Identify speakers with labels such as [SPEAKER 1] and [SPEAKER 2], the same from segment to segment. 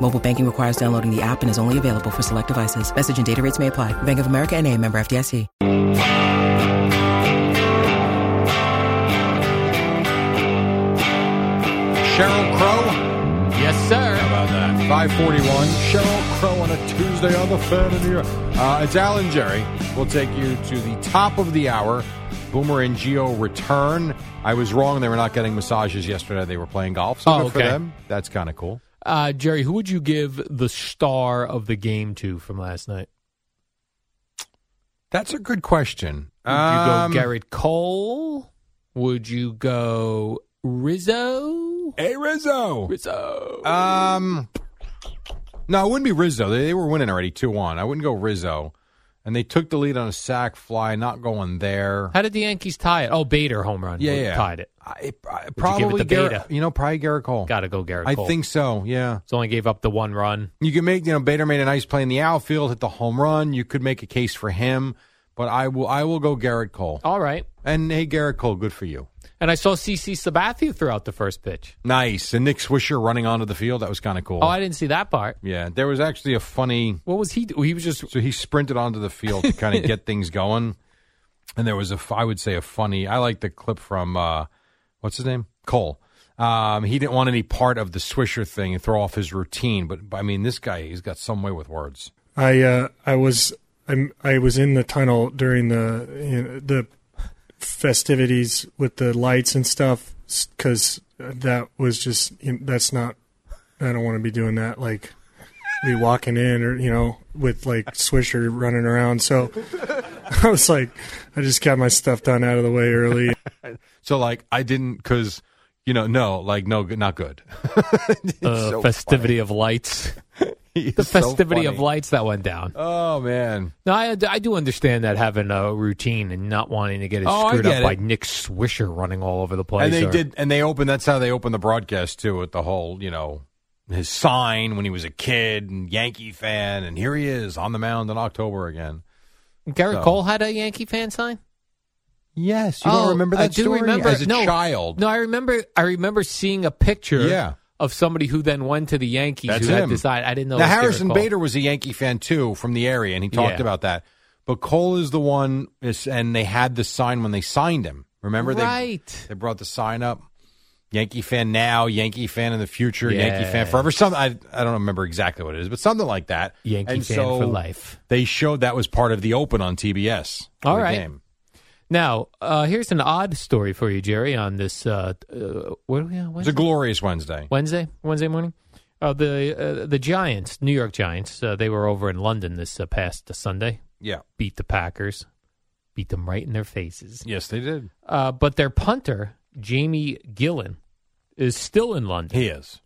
[SPEAKER 1] Mobile banking requires downloading the app and is only available for select devices. Message and data rates may apply. Bank of America and a member FDIC.
[SPEAKER 2] Cheryl Crow,
[SPEAKER 3] Yes, sir.
[SPEAKER 2] about that? 541. Cheryl Crow on a Tuesday on the Fan in New York. Uh, it's Alan Jerry. We'll take you to the top of the hour. Boomer and Geo return. I was wrong. They were not getting massages yesterday. They were playing golf. So
[SPEAKER 3] Oh,
[SPEAKER 2] good for
[SPEAKER 3] okay.
[SPEAKER 2] them. That's kind of cool.
[SPEAKER 3] Uh, Jerry, who would you give the star of the game to from last night?
[SPEAKER 2] That's a good question.
[SPEAKER 3] Would
[SPEAKER 2] Um,
[SPEAKER 3] you go Garrett Cole? Would you go Rizzo?
[SPEAKER 2] Hey, Rizzo.
[SPEAKER 3] Rizzo.
[SPEAKER 2] Um, no, it wouldn't be Rizzo. They, they were winning already 2 1. I wouldn't go Rizzo. And they took the lead on a sack fly, not going there.
[SPEAKER 3] How did the Yankees tie it? Oh, Bader home run.
[SPEAKER 2] Yeah, yeah.
[SPEAKER 3] Tied it.
[SPEAKER 2] I, I, probably
[SPEAKER 3] to
[SPEAKER 2] Garrett-
[SPEAKER 3] Beta?
[SPEAKER 2] you know, probably Garrett Cole.
[SPEAKER 3] Got to go Garrett
[SPEAKER 2] I
[SPEAKER 3] Cole.
[SPEAKER 2] think so. Yeah,
[SPEAKER 3] It's only gave up the one run.
[SPEAKER 2] you can make you know Bader made a nice play in the outfield, hit the home run. You could make a case for him, but I will I will go Garrett Cole.
[SPEAKER 3] All right.
[SPEAKER 2] And hey, Garrett Cole, good for you.
[SPEAKER 3] And I saw CC Sabathia throughout the first pitch.
[SPEAKER 2] Nice. And Nick Swisher running onto the field. That was kind of cool.
[SPEAKER 3] Oh, I didn't see that part.
[SPEAKER 2] yeah, there was actually a funny.
[SPEAKER 3] What was he? Do? He was just
[SPEAKER 2] So he sprinted onto the field to kind of get things going, and there was a f- I would say a funny. I like the clip from uh, what's his name Cole. Um, he didn't want any part of the Swisher thing and throw off his routine, but I mean, this guy he's got some way with words.
[SPEAKER 4] I uh, I was I'm, I was in the tunnel during the you know, the festivities with the lights and stuff because that was just you know, that's not I don't want to be doing that like be walking in or you know with like Swisher running around so I was like I just got my stuff done out of the way early
[SPEAKER 2] So like I didn't because you know no like no good not good.
[SPEAKER 3] the uh, festivity of lights. The festivity of lights that went down.
[SPEAKER 2] Oh man,
[SPEAKER 3] No, I, I do understand that having a routine and not wanting to get it
[SPEAKER 2] Oh, I
[SPEAKER 3] screwed
[SPEAKER 2] get
[SPEAKER 3] up
[SPEAKER 2] it.
[SPEAKER 3] by Nick Swisher running all over the place.
[SPEAKER 2] and they
[SPEAKER 3] or-
[SPEAKER 2] did and they opened that's how they opened the broadcast too with the whole you know his sign when he was a kid and Yankee fan and here he is on the mound in October again.
[SPEAKER 3] Garrett
[SPEAKER 2] so.
[SPEAKER 3] Cole had a Yankee fan sign.
[SPEAKER 2] Yes,
[SPEAKER 3] oh, I do remember
[SPEAKER 2] as a
[SPEAKER 3] no,
[SPEAKER 2] child.
[SPEAKER 3] No, I remember. I remember seeing a picture.
[SPEAKER 2] Yeah.
[SPEAKER 3] Of somebody who then went to the Yankees
[SPEAKER 2] That's
[SPEAKER 3] who
[SPEAKER 2] him.
[SPEAKER 3] had decided I didn't know.
[SPEAKER 2] now
[SPEAKER 3] it was Garrett
[SPEAKER 2] Harrison
[SPEAKER 3] Cole.
[SPEAKER 2] Bader was a Yankee fan too from the area, and he talked
[SPEAKER 3] Yeah.
[SPEAKER 2] about that. But Cole is the one, is- and they had the sign when they signed him. Remember, they
[SPEAKER 3] Right.
[SPEAKER 2] They brought the sign up. Yankee fan now, Yankee fan in the future, Yankee fan
[SPEAKER 3] Yeah.
[SPEAKER 2] forever. Some I I don't remember exactly what it is, but something like that.
[SPEAKER 3] Yankee
[SPEAKER 2] And
[SPEAKER 3] fan
[SPEAKER 2] so
[SPEAKER 3] for life.
[SPEAKER 2] They showed that was part of the open on TBS. for
[SPEAKER 3] All
[SPEAKER 2] the
[SPEAKER 3] right.
[SPEAKER 2] game.
[SPEAKER 3] Now, uh, here's an odd story for you, Jerry. On this, uh, uh, what are we on?
[SPEAKER 2] It's a glorious Wednesday.
[SPEAKER 3] Wednesday, Wednesday morning. Uh, the uh, the Giants, New York Giants, uh, they were over in London this uh, past Sunday.
[SPEAKER 2] Yeah.
[SPEAKER 3] Beat the Packers, beat them right in their faces.
[SPEAKER 2] Yes, they did.
[SPEAKER 3] Uh, but their punter, Jamie Gillen, is still in London
[SPEAKER 2] He is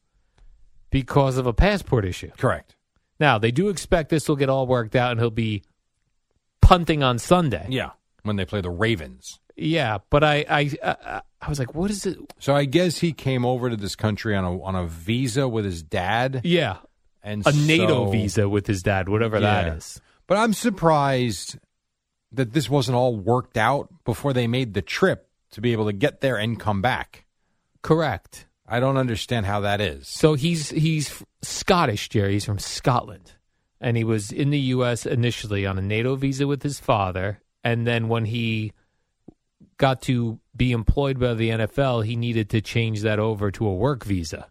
[SPEAKER 3] because of a passport issue.
[SPEAKER 2] correct.
[SPEAKER 3] Now they do expect this will get all worked out and he'll be punting on Sunday.
[SPEAKER 2] Yeah. When they play the Ravens.
[SPEAKER 3] Yeah, but I I uh, I was like, what is it?
[SPEAKER 2] So I guess he came over to this country on a on a visa with his dad
[SPEAKER 3] Yeah,
[SPEAKER 2] and
[SPEAKER 3] a NATO
[SPEAKER 2] so-
[SPEAKER 3] visa with his dad, whatever
[SPEAKER 2] Yeah.
[SPEAKER 3] that is.
[SPEAKER 2] But I'm surprised that this wasn't all worked out before they made the trip to be able to get there and come back.
[SPEAKER 3] Correct.
[SPEAKER 2] I don't understand how that is.
[SPEAKER 3] So he's he's Scottish, Jerry. He's from Scotland, and he was in the U.S. initially on a NATO visa with his father, and then when he got to be employed by the NFL, he needed to change that over to a work visa.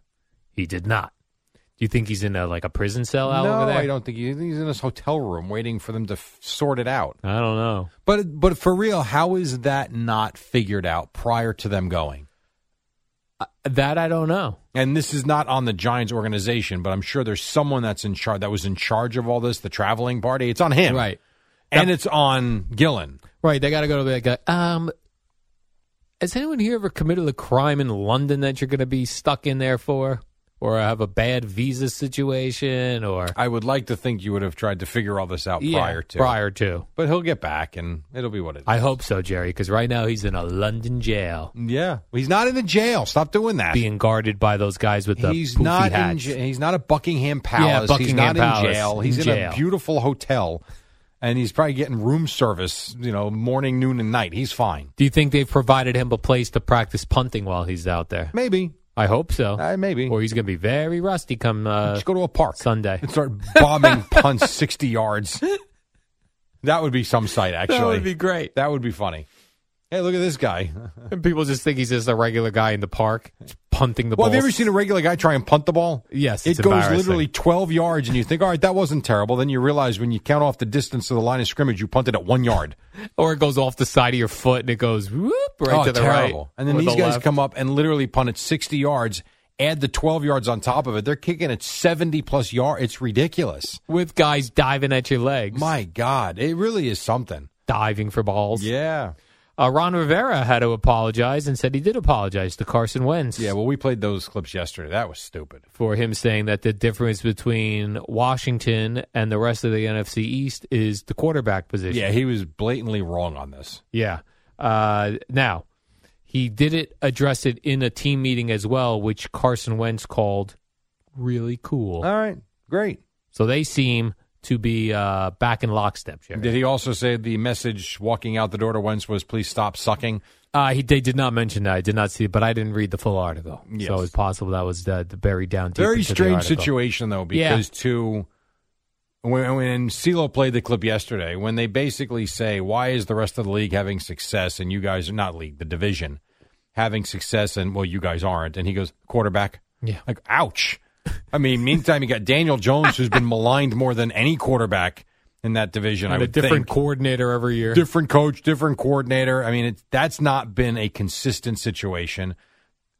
[SPEAKER 3] He did not. Do you think he's in a like a prison cell out
[SPEAKER 2] no,
[SPEAKER 3] over there?
[SPEAKER 2] I don't think he, he's in his hotel room waiting for them to f- sort it out.
[SPEAKER 3] I don't know.
[SPEAKER 2] But but for real, how is that not figured out prior to them going?
[SPEAKER 3] That I don't know.
[SPEAKER 2] And this is not on the Giants organization, but I'm sure there's someone that's in charge that was in charge of all this, the traveling party. It's on him,
[SPEAKER 3] Right.
[SPEAKER 2] And it's on Gillen.
[SPEAKER 3] Right. They got to go to that guy. Um, has anyone here ever committed a crime in London that you're going to be stuck in there for? Or have a bad visa situation? Or
[SPEAKER 2] I would like to think you would have tried to figure all this out
[SPEAKER 3] Yeah,
[SPEAKER 2] Oh, prior to,
[SPEAKER 3] prior to.
[SPEAKER 2] but he'll get back, and it'll be what it is.
[SPEAKER 3] I hope so, Jerry, because right now he's in a London jail
[SPEAKER 2] yeah, he's not in the jail. Stop doing that.
[SPEAKER 3] being guarded by those guys with the
[SPEAKER 2] he's
[SPEAKER 3] poofy
[SPEAKER 2] not in,
[SPEAKER 3] hats.
[SPEAKER 2] j- he's not at Buckingham Palace. he's
[SPEAKER 3] Buckingham
[SPEAKER 2] not in
[SPEAKER 3] Palace,
[SPEAKER 2] jail.
[SPEAKER 3] in
[SPEAKER 2] He's in,
[SPEAKER 3] jail.
[SPEAKER 2] a beautiful hotel, and he's probably getting room service. You know, morning, noon, and night. He's fine.
[SPEAKER 3] Do you think they've provided him a place to practice punting while he's out there?
[SPEAKER 2] Maybe,
[SPEAKER 3] I hope so.
[SPEAKER 2] uh, maybe.
[SPEAKER 3] or he's going to be very rusty come uh,
[SPEAKER 2] Just go to a park
[SPEAKER 3] Sunday.
[SPEAKER 2] and start bombing punts sixty yards. That would be some sight, actually.
[SPEAKER 3] great.
[SPEAKER 2] That would be funny. Hey, look at this guy.
[SPEAKER 3] And people just think he's just a regular guy in the park just punting the
[SPEAKER 2] Well,
[SPEAKER 3] ball.
[SPEAKER 2] have you ever seen a regular guy try and punt the ball?
[SPEAKER 3] Yes, it's
[SPEAKER 2] it goes
[SPEAKER 3] embarrassing.
[SPEAKER 2] literally 12 yards, and you think, all right, that wasn't terrible. Then you realize when you count off the distance to the line of scrimmage, you punted at one yard.
[SPEAKER 3] or it goes off the side of your foot and it goes whoop right
[SPEAKER 2] oh,
[SPEAKER 3] to the
[SPEAKER 2] terrible.
[SPEAKER 3] right.
[SPEAKER 2] And then
[SPEAKER 3] or
[SPEAKER 2] these
[SPEAKER 3] the
[SPEAKER 2] guys
[SPEAKER 3] left.
[SPEAKER 2] come up and literally punt at 60 yards, add the 12 yards on top of it. They're kicking at 70 plus yard. It's ridiculous.
[SPEAKER 3] with guys diving at your legs,
[SPEAKER 2] My God, it really is something.
[SPEAKER 3] diving for balls.
[SPEAKER 2] Yeah.
[SPEAKER 3] Uh, Ron Rivera had to apologize and said he did apologize to Carson Wentz
[SPEAKER 2] Yeah, well, we played those clips yesterday. That was stupid.
[SPEAKER 3] for him saying that the difference between Washington and the rest of the NFC East is the quarterback position.
[SPEAKER 2] Yeah, he was blatantly wrong on this.
[SPEAKER 3] Yeah. Uh, now, he did it address it in a team meeting as well, which Carson Wentz called really cool.
[SPEAKER 2] All right, great.
[SPEAKER 3] So they seem to be uh, back in lockstep, Jerry.
[SPEAKER 2] Did he also say the message walking out the door to Wentz was please stop sucking?
[SPEAKER 3] Uh, he they did not mention that. I did not see it, but I didn't read the full article.
[SPEAKER 2] Yes.
[SPEAKER 3] So it's possible that was uh, buried down deep.
[SPEAKER 2] Very
[SPEAKER 3] into the
[SPEAKER 2] strange
[SPEAKER 3] article.
[SPEAKER 2] situation though,
[SPEAKER 3] Yeah.
[SPEAKER 2] because two when when CeeLo played the clip yesterday, when they basically say, Why is the rest of the league having success and you guys are not league, the division having success and well you guys aren't and he goes, quarterback.
[SPEAKER 3] Yeah.
[SPEAKER 2] Like, ouch. I mean, meantime you got Daniel Jones who's been maligned more than any quarterback in that division. I
[SPEAKER 3] And a
[SPEAKER 2] would
[SPEAKER 3] different
[SPEAKER 2] think.
[SPEAKER 3] coordinator every year.
[SPEAKER 2] different coach, different coordinator. I mean, it's, that's not been a consistent situation.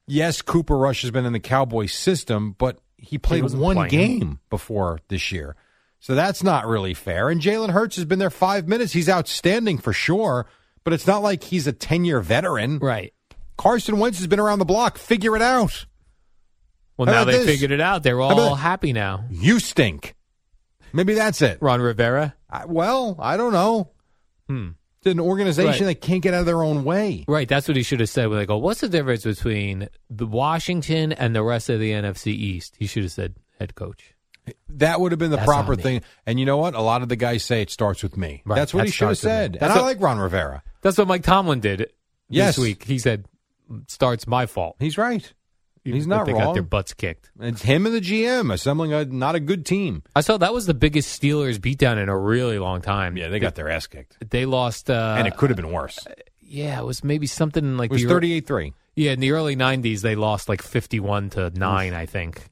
[SPEAKER 2] Yes, Cooper Rush has been in the Cowboys system, but he played
[SPEAKER 3] wasn't
[SPEAKER 2] one
[SPEAKER 3] playing.
[SPEAKER 2] game before this year. So that's not really fair. And Jalen Hurts has been there five minutes. He's outstanding for sure, but it's not like he's a 10 year veteran.
[SPEAKER 3] right.
[SPEAKER 2] Carson Wentz has been around the block. Figure it out.
[SPEAKER 3] Well,
[SPEAKER 2] How
[SPEAKER 3] now
[SPEAKER 2] about
[SPEAKER 3] they
[SPEAKER 2] this?
[SPEAKER 3] figured it out. They're
[SPEAKER 2] How about-
[SPEAKER 3] all happy now.
[SPEAKER 2] You stink. Maybe that's it.
[SPEAKER 3] Ron Rivera.
[SPEAKER 2] I, well, I don't know.
[SPEAKER 3] Hmm.
[SPEAKER 2] It's an organization
[SPEAKER 3] Right.
[SPEAKER 2] that can't get out of their own way.
[SPEAKER 3] Right, that's what he should have said. When they go, what's the difference between the Washington and the rest of the NFC East? He should have said head coach.
[SPEAKER 2] That would have been the
[SPEAKER 3] That's
[SPEAKER 2] proper
[SPEAKER 3] on me.
[SPEAKER 2] thing. And you know what? A lot of the guys say it starts with me.
[SPEAKER 3] Right.
[SPEAKER 2] That's what
[SPEAKER 3] That
[SPEAKER 2] he should have
[SPEAKER 3] starts with me.
[SPEAKER 2] said. And
[SPEAKER 3] That's
[SPEAKER 2] I
[SPEAKER 3] what-
[SPEAKER 2] like Ron Rivera.
[SPEAKER 3] That's what Mike Tomlin did
[SPEAKER 2] Yes.
[SPEAKER 3] this week. He said, "Starts my fault."
[SPEAKER 2] He's right. He's
[SPEAKER 3] But
[SPEAKER 2] not
[SPEAKER 3] they
[SPEAKER 2] wrong.
[SPEAKER 3] Got their butts kicked.
[SPEAKER 2] It's him and the GM assembling a not a good team.
[SPEAKER 3] I saw that was the biggest Steelers beatdown in a really long time.
[SPEAKER 2] Yeah, they got their ass kicked.
[SPEAKER 3] They lost. Uh,
[SPEAKER 2] and it could have been worse.
[SPEAKER 3] yeah, it was maybe something like
[SPEAKER 2] It was
[SPEAKER 3] the ear-
[SPEAKER 2] 38 3
[SPEAKER 3] Yeah, in the early '90s, they lost like 51 to nine, I think.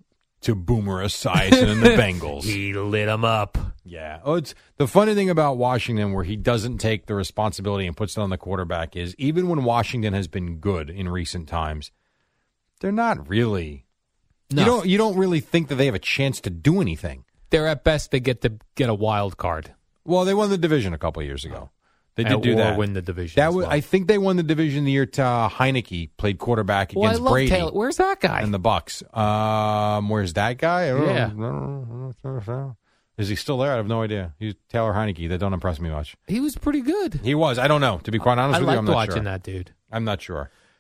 [SPEAKER 2] to Boomer Esiason and the Bengals.
[SPEAKER 3] He lit them up.
[SPEAKER 2] Yeah. Oh, it's the funny thing about Washington where he doesn't take the responsibility and puts it on the quarterback is even when Washington has been good in recent times, they're not really
[SPEAKER 3] No,
[SPEAKER 2] you don't you don't really think that they have a chance to do anything.
[SPEAKER 3] they're at best they get to get a wild card.
[SPEAKER 2] Well, they won the division a couple of years ago. They did
[SPEAKER 3] And-
[SPEAKER 2] do
[SPEAKER 3] or
[SPEAKER 2] that.
[SPEAKER 3] win the division.
[SPEAKER 2] that
[SPEAKER 3] as
[SPEAKER 2] was,
[SPEAKER 3] well.
[SPEAKER 2] I think they won the division the year uh, Heineke played quarterback
[SPEAKER 3] Well, I
[SPEAKER 2] against
[SPEAKER 3] love
[SPEAKER 2] Brady
[SPEAKER 3] Taylor. Where's that guy?
[SPEAKER 2] and the Bucks. Um, where's that guy? I don't
[SPEAKER 3] Yeah.
[SPEAKER 2] know. I don't know. Is he still there? I have no idea. He's Taylor Heineke. That don't impress me much.
[SPEAKER 3] he was pretty good.
[SPEAKER 2] He was. I don't know. To be quite honest
[SPEAKER 3] I
[SPEAKER 2] with you,
[SPEAKER 3] liked
[SPEAKER 2] I'm not
[SPEAKER 3] watching
[SPEAKER 2] sure.
[SPEAKER 3] that dude.
[SPEAKER 2] I'm not sure.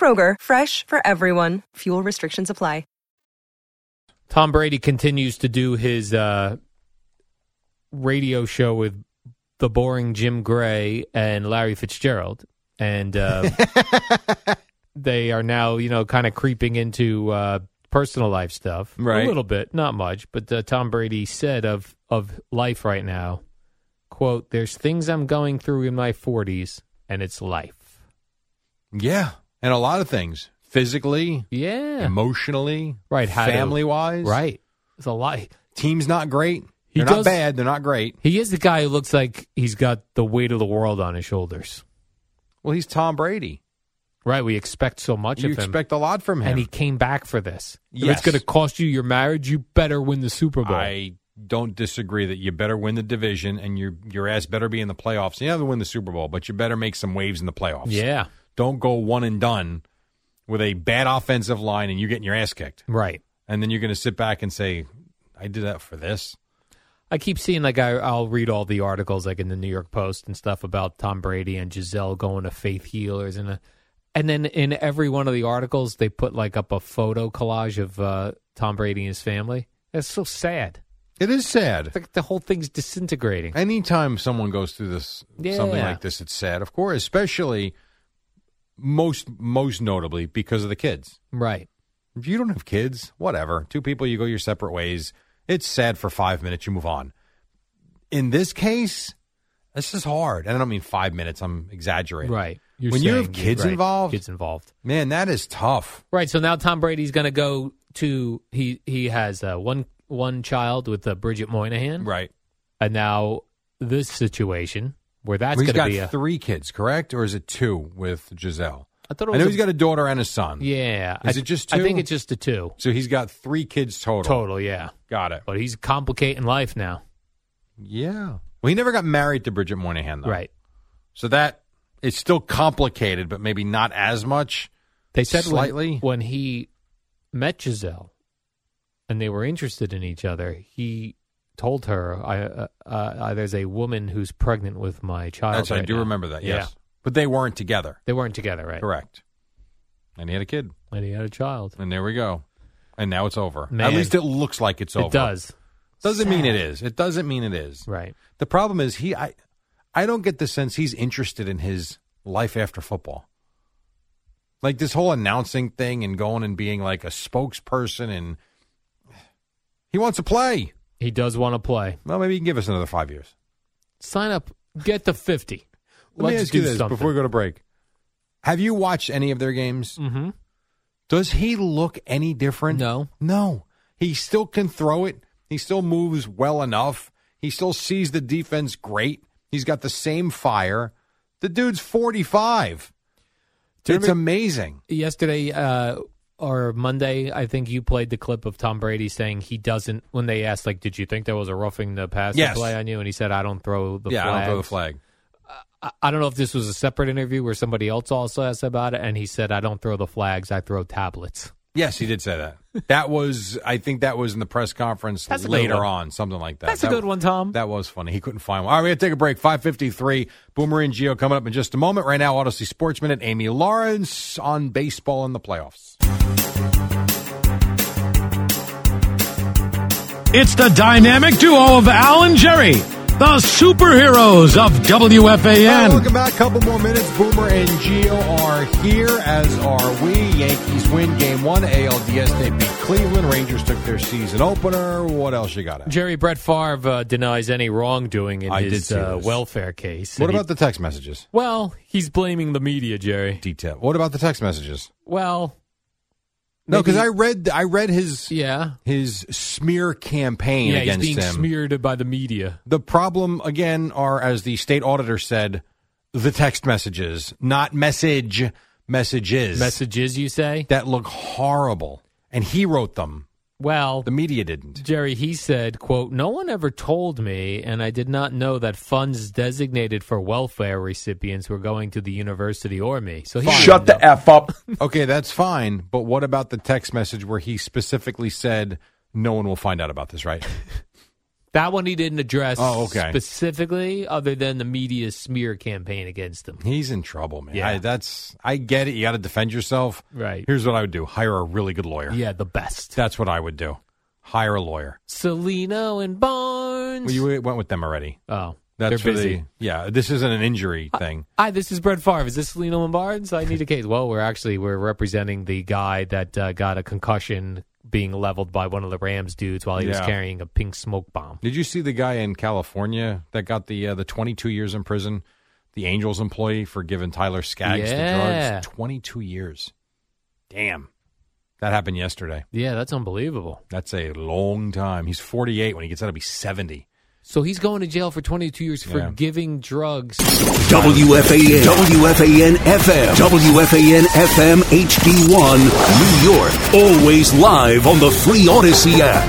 [SPEAKER 5] Kroger, fresh for everyone. Fuel restrictions apply.
[SPEAKER 3] Tom Brady continues to do his uh, radio show with the boring Jim Gray and Larry Fitzgerald, and uh, they are now you know kind of creeping into uh, personal life stuff,
[SPEAKER 2] Right.
[SPEAKER 3] A little bit, not much. But uh, Tom Brady said of of life right now, quote: "There's things I'm going through in my 40s, and it's life."
[SPEAKER 2] Yeah, and a lot of things physically,
[SPEAKER 3] Yeah,
[SPEAKER 2] emotionally,
[SPEAKER 3] Right, how to-
[SPEAKER 2] family wise,
[SPEAKER 3] right. It's a lot.
[SPEAKER 2] Team's not great.
[SPEAKER 3] He
[SPEAKER 2] they're
[SPEAKER 3] does-
[SPEAKER 2] not bad. They're not great.
[SPEAKER 3] He is the guy who looks like he's got the weight of the world on his shoulders.
[SPEAKER 2] Well, he's Tom Brady.
[SPEAKER 3] Right, we expect so much
[SPEAKER 2] you
[SPEAKER 3] of him.
[SPEAKER 2] expect a lot from him.
[SPEAKER 3] and he came back for this. If
[SPEAKER 2] Yes.
[SPEAKER 3] it's going to cost you your marriage, you better win the Super Bowl.
[SPEAKER 2] I don't disagree that you better win the division and your your ass better be in the playoffs. You never win the Super Bowl, but you better make some waves in the playoffs.
[SPEAKER 3] yeah,
[SPEAKER 2] Don't go one and done with a bad offensive line and you getting your ass kicked.
[SPEAKER 3] right.
[SPEAKER 2] And then you're going to sit back and say, I did that for this.
[SPEAKER 3] I keep seeing like I, I'll read all the articles like in the New York Post and stuff about Tom Brady and Giselle going to faith healers and uh and then in every one of the articles they put like up a photo collage of uh, Tom Brady and his family. That's so sad.
[SPEAKER 2] It is sad.
[SPEAKER 3] It's like the whole thing's disintegrating.
[SPEAKER 2] Anytime someone goes through this something
[SPEAKER 3] Yeah.
[SPEAKER 2] like this, it's sad, of course, especially most most notably because of the kids.
[SPEAKER 3] Right.
[SPEAKER 2] If you don't have kids, whatever. Two people, you go your separate ways. It's sad for five minutes, you move on. In this case, this is hard. And I don't mean five minutes, I'm exaggerating.
[SPEAKER 3] Right.
[SPEAKER 2] When you
[SPEAKER 3] saying-
[SPEAKER 2] have kids
[SPEAKER 3] right,
[SPEAKER 2] involved-
[SPEAKER 3] kids involved.
[SPEAKER 2] Man, that is tough.
[SPEAKER 3] Right. So now Tom Brady's going to go to he he has uh, one one child with uh, Bridget Moynihan,
[SPEAKER 2] Right.
[SPEAKER 3] and now this situation where that's
[SPEAKER 2] He's
[SPEAKER 3] going to
[SPEAKER 2] got
[SPEAKER 3] be. A,
[SPEAKER 2] three kids, correct? Or is it two with Giselle?
[SPEAKER 3] I thought it
[SPEAKER 2] I
[SPEAKER 3] was.
[SPEAKER 2] know
[SPEAKER 3] a-
[SPEAKER 2] he's got a daughter and a son.
[SPEAKER 3] yeah.
[SPEAKER 2] Is
[SPEAKER 3] I-
[SPEAKER 2] it just
[SPEAKER 3] I
[SPEAKER 2] two?
[SPEAKER 3] think it's just the two
[SPEAKER 2] So he's got three kids total.
[SPEAKER 3] total. Yeah.
[SPEAKER 2] Got it.
[SPEAKER 3] But he's complicating life now.
[SPEAKER 2] Yeah. Well, he never got married to Bridget Moynihan, though.
[SPEAKER 3] Right.
[SPEAKER 2] So that it's still complicated, but maybe not as much.
[SPEAKER 3] They said when-
[SPEAKER 2] Slightly.
[SPEAKER 3] when, he met Giselle and they were interested in each other, he told her, "I uh, uh, "There's a woman who's pregnant with my child."
[SPEAKER 2] That's, I
[SPEAKER 3] right
[SPEAKER 2] do
[SPEAKER 3] now."
[SPEAKER 2] remember that.
[SPEAKER 3] Yeah.
[SPEAKER 2] Yes. But they weren't together.
[SPEAKER 3] They weren't together, right?
[SPEAKER 2] Correct. And he had a kid.
[SPEAKER 3] And he had a child.
[SPEAKER 2] And there we go. And now it's over.
[SPEAKER 3] Man.
[SPEAKER 2] At least it looks like it's over.
[SPEAKER 3] It does.
[SPEAKER 2] Doesn't mean it is. It doesn't mean it is.
[SPEAKER 3] Right.
[SPEAKER 2] The problem is he I I don't get the sense he's interested in his life after football. Like this whole announcing thing and going and being like a spokesperson and he wants to play.
[SPEAKER 3] He does want to play.
[SPEAKER 2] Well, maybe he can give us another five years.
[SPEAKER 3] Sign up. Get to 50.
[SPEAKER 2] Let me
[SPEAKER 3] Let's
[SPEAKER 2] ask you
[SPEAKER 3] do
[SPEAKER 2] this
[SPEAKER 3] something.
[SPEAKER 2] before we go to break. Have you watched any of their games?
[SPEAKER 3] Mm-hmm.
[SPEAKER 2] Does he look any different?
[SPEAKER 3] No.
[SPEAKER 2] No. He still can throw it. He still moves well enough. He still sees the defense great. He's got the same fire. The dude's 45.
[SPEAKER 3] Do you
[SPEAKER 2] it's
[SPEAKER 3] remember-
[SPEAKER 2] amazing.
[SPEAKER 3] Yesterday uh, or Monday, I think you played the clip of Tom Brady saying he doesn't. When they asked, like, did you think there was a roughing the passer
[SPEAKER 2] Yes.
[SPEAKER 3] play on you? And he said, I don't throw the
[SPEAKER 2] yeah,
[SPEAKER 3] flag.
[SPEAKER 2] I don't throw the flag.
[SPEAKER 3] I, I don't know if this was a separate interview where somebody else also asked about it. And he said, I don't throw the flags. I throw tablets.
[SPEAKER 2] Yes, he did say that. that was, I think that was in the press conference
[SPEAKER 3] That's a good
[SPEAKER 2] later
[SPEAKER 3] one.
[SPEAKER 2] on, something like that.
[SPEAKER 3] That's a
[SPEAKER 2] That-
[SPEAKER 3] good one, Tom.
[SPEAKER 2] That was funny. He couldn't find one. All right, we got to take a break. 553, Boomer and Geo coming up in just a moment. Right now, Odyssey Sports Minute, Amy Lawrence on baseball in the playoffs.
[SPEAKER 6] It's the dynamic duo of Al and Jerry, the superheroes of
[SPEAKER 2] Hi,
[SPEAKER 6] WFAN.
[SPEAKER 2] welcome back. Couple more minutes. Boomer and Geo are here, as are we. Yankees win game one. ALDS they beat Cleveland. Rangers took their season opener. What else you got? Al?
[SPEAKER 3] Jerry Brett Favre uh, denies any wrongdoing in
[SPEAKER 2] I did
[SPEAKER 3] his
[SPEAKER 2] see
[SPEAKER 3] uh,
[SPEAKER 2] this.
[SPEAKER 3] welfare case.
[SPEAKER 2] What
[SPEAKER 3] And he-
[SPEAKER 2] about the text messages?
[SPEAKER 3] well, he's blaming the media, Jerry.
[SPEAKER 2] Detail. What about the text messages?
[SPEAKER 3] Well,
[SPEAKER 2] No, because
[SPEAKER 3] Maybe-
[SPEAKER 2] I read I read his
[SPEAKER 3] yeah.
[SPEAKER 2] his smear campaign
[SPEAKER 3] Yeah, he's
[SPEAKER 2] against
[SPEAKER 3] being
[SPEAKER 2] him.
[SPEAKER 3] smeared by the media.
[SPEAKER 2] The problem again are, as the state auditor said, the text messages, not message messages
[SPEAKER 3] Messages, you say?
[SPEAKER 2] that look horrible, and he wrote them.
[SPEAKER 3] Well,
[SPEAKER 2] The media didn't.
[SPEAKER 3] Jerry, he said, quote, No one ever told me, and I did not know that funds designated for welfare recipients were going to the university or me. So he
[SPEAKER 7] Shut the F up.
[SPEAKER 2] Okay, that's fine, but what about the text message where he specifically said no one will find out about this, right?
[SPEAKER 3] That one he didn't address
[SPEAKER 2] Oh, okay.
[SPEAKER 3] specifically, other than the media smear campaign against him.
[SPEAKER 2] He's in trouble, man.
[SPEAKER 3] Yeah.
[SPEAKER 2] I, that's I get it. You got to defend yourself.
[SPEAKER 3] Right.
[SPEAKER 2] Here's what I would do: hire a really good lawyer.
[SPEAKER 3] Yeah, the best.
[SPEAKER 2] That's what I would do. Hire a lawyer.
[SPEAKER 3] Salino and Barnes.
[SPEAKER 2] Well, you went with them already.
[SPEAKER 3] oh,
[SPEAKER 2] That's
[SPEAKER 3] they're
[SPEAKER 2] for
[SPEAKER 3] busy. Uh,
[SPEAKER 2] the- yeah, this isn't an injury thing.
[SPEAKER 3] Hi, this is Brett Favre. Is this Salino and Barnes? I need a case. Well, we're actually we're representing the guy that uh, got a concussion being leveled by one of the Rams dudes while he was
[SPEAKER 2] Yeah.
[SPEAKER 3] carrying a pink smoke bomb.
[SPEAKER 2] Did you see the guy in California that got the uh, the 22 years in prison? The Angels employee for giving Tyler Skaggs the
[SPEAKER 3] Yeah.
[SPEAKER 2] drugs. 22 years. Damn. That happened yesterday.
[SPEAKER 3] Yeah, that's unbelievable.
[SPEAKER 2] That's a long time. He's 48. When he gets out, he'll be 70.
[SPEAKER 3] So he's going to jail for 22 years for
[SPEAKER 2] Yeah.
[SPEAKER 3] giving drugs.
[SPEAKER 7] WFAN, WFAN FM, WFAN FM HD1, New York. Always live on the Free Odyssey app.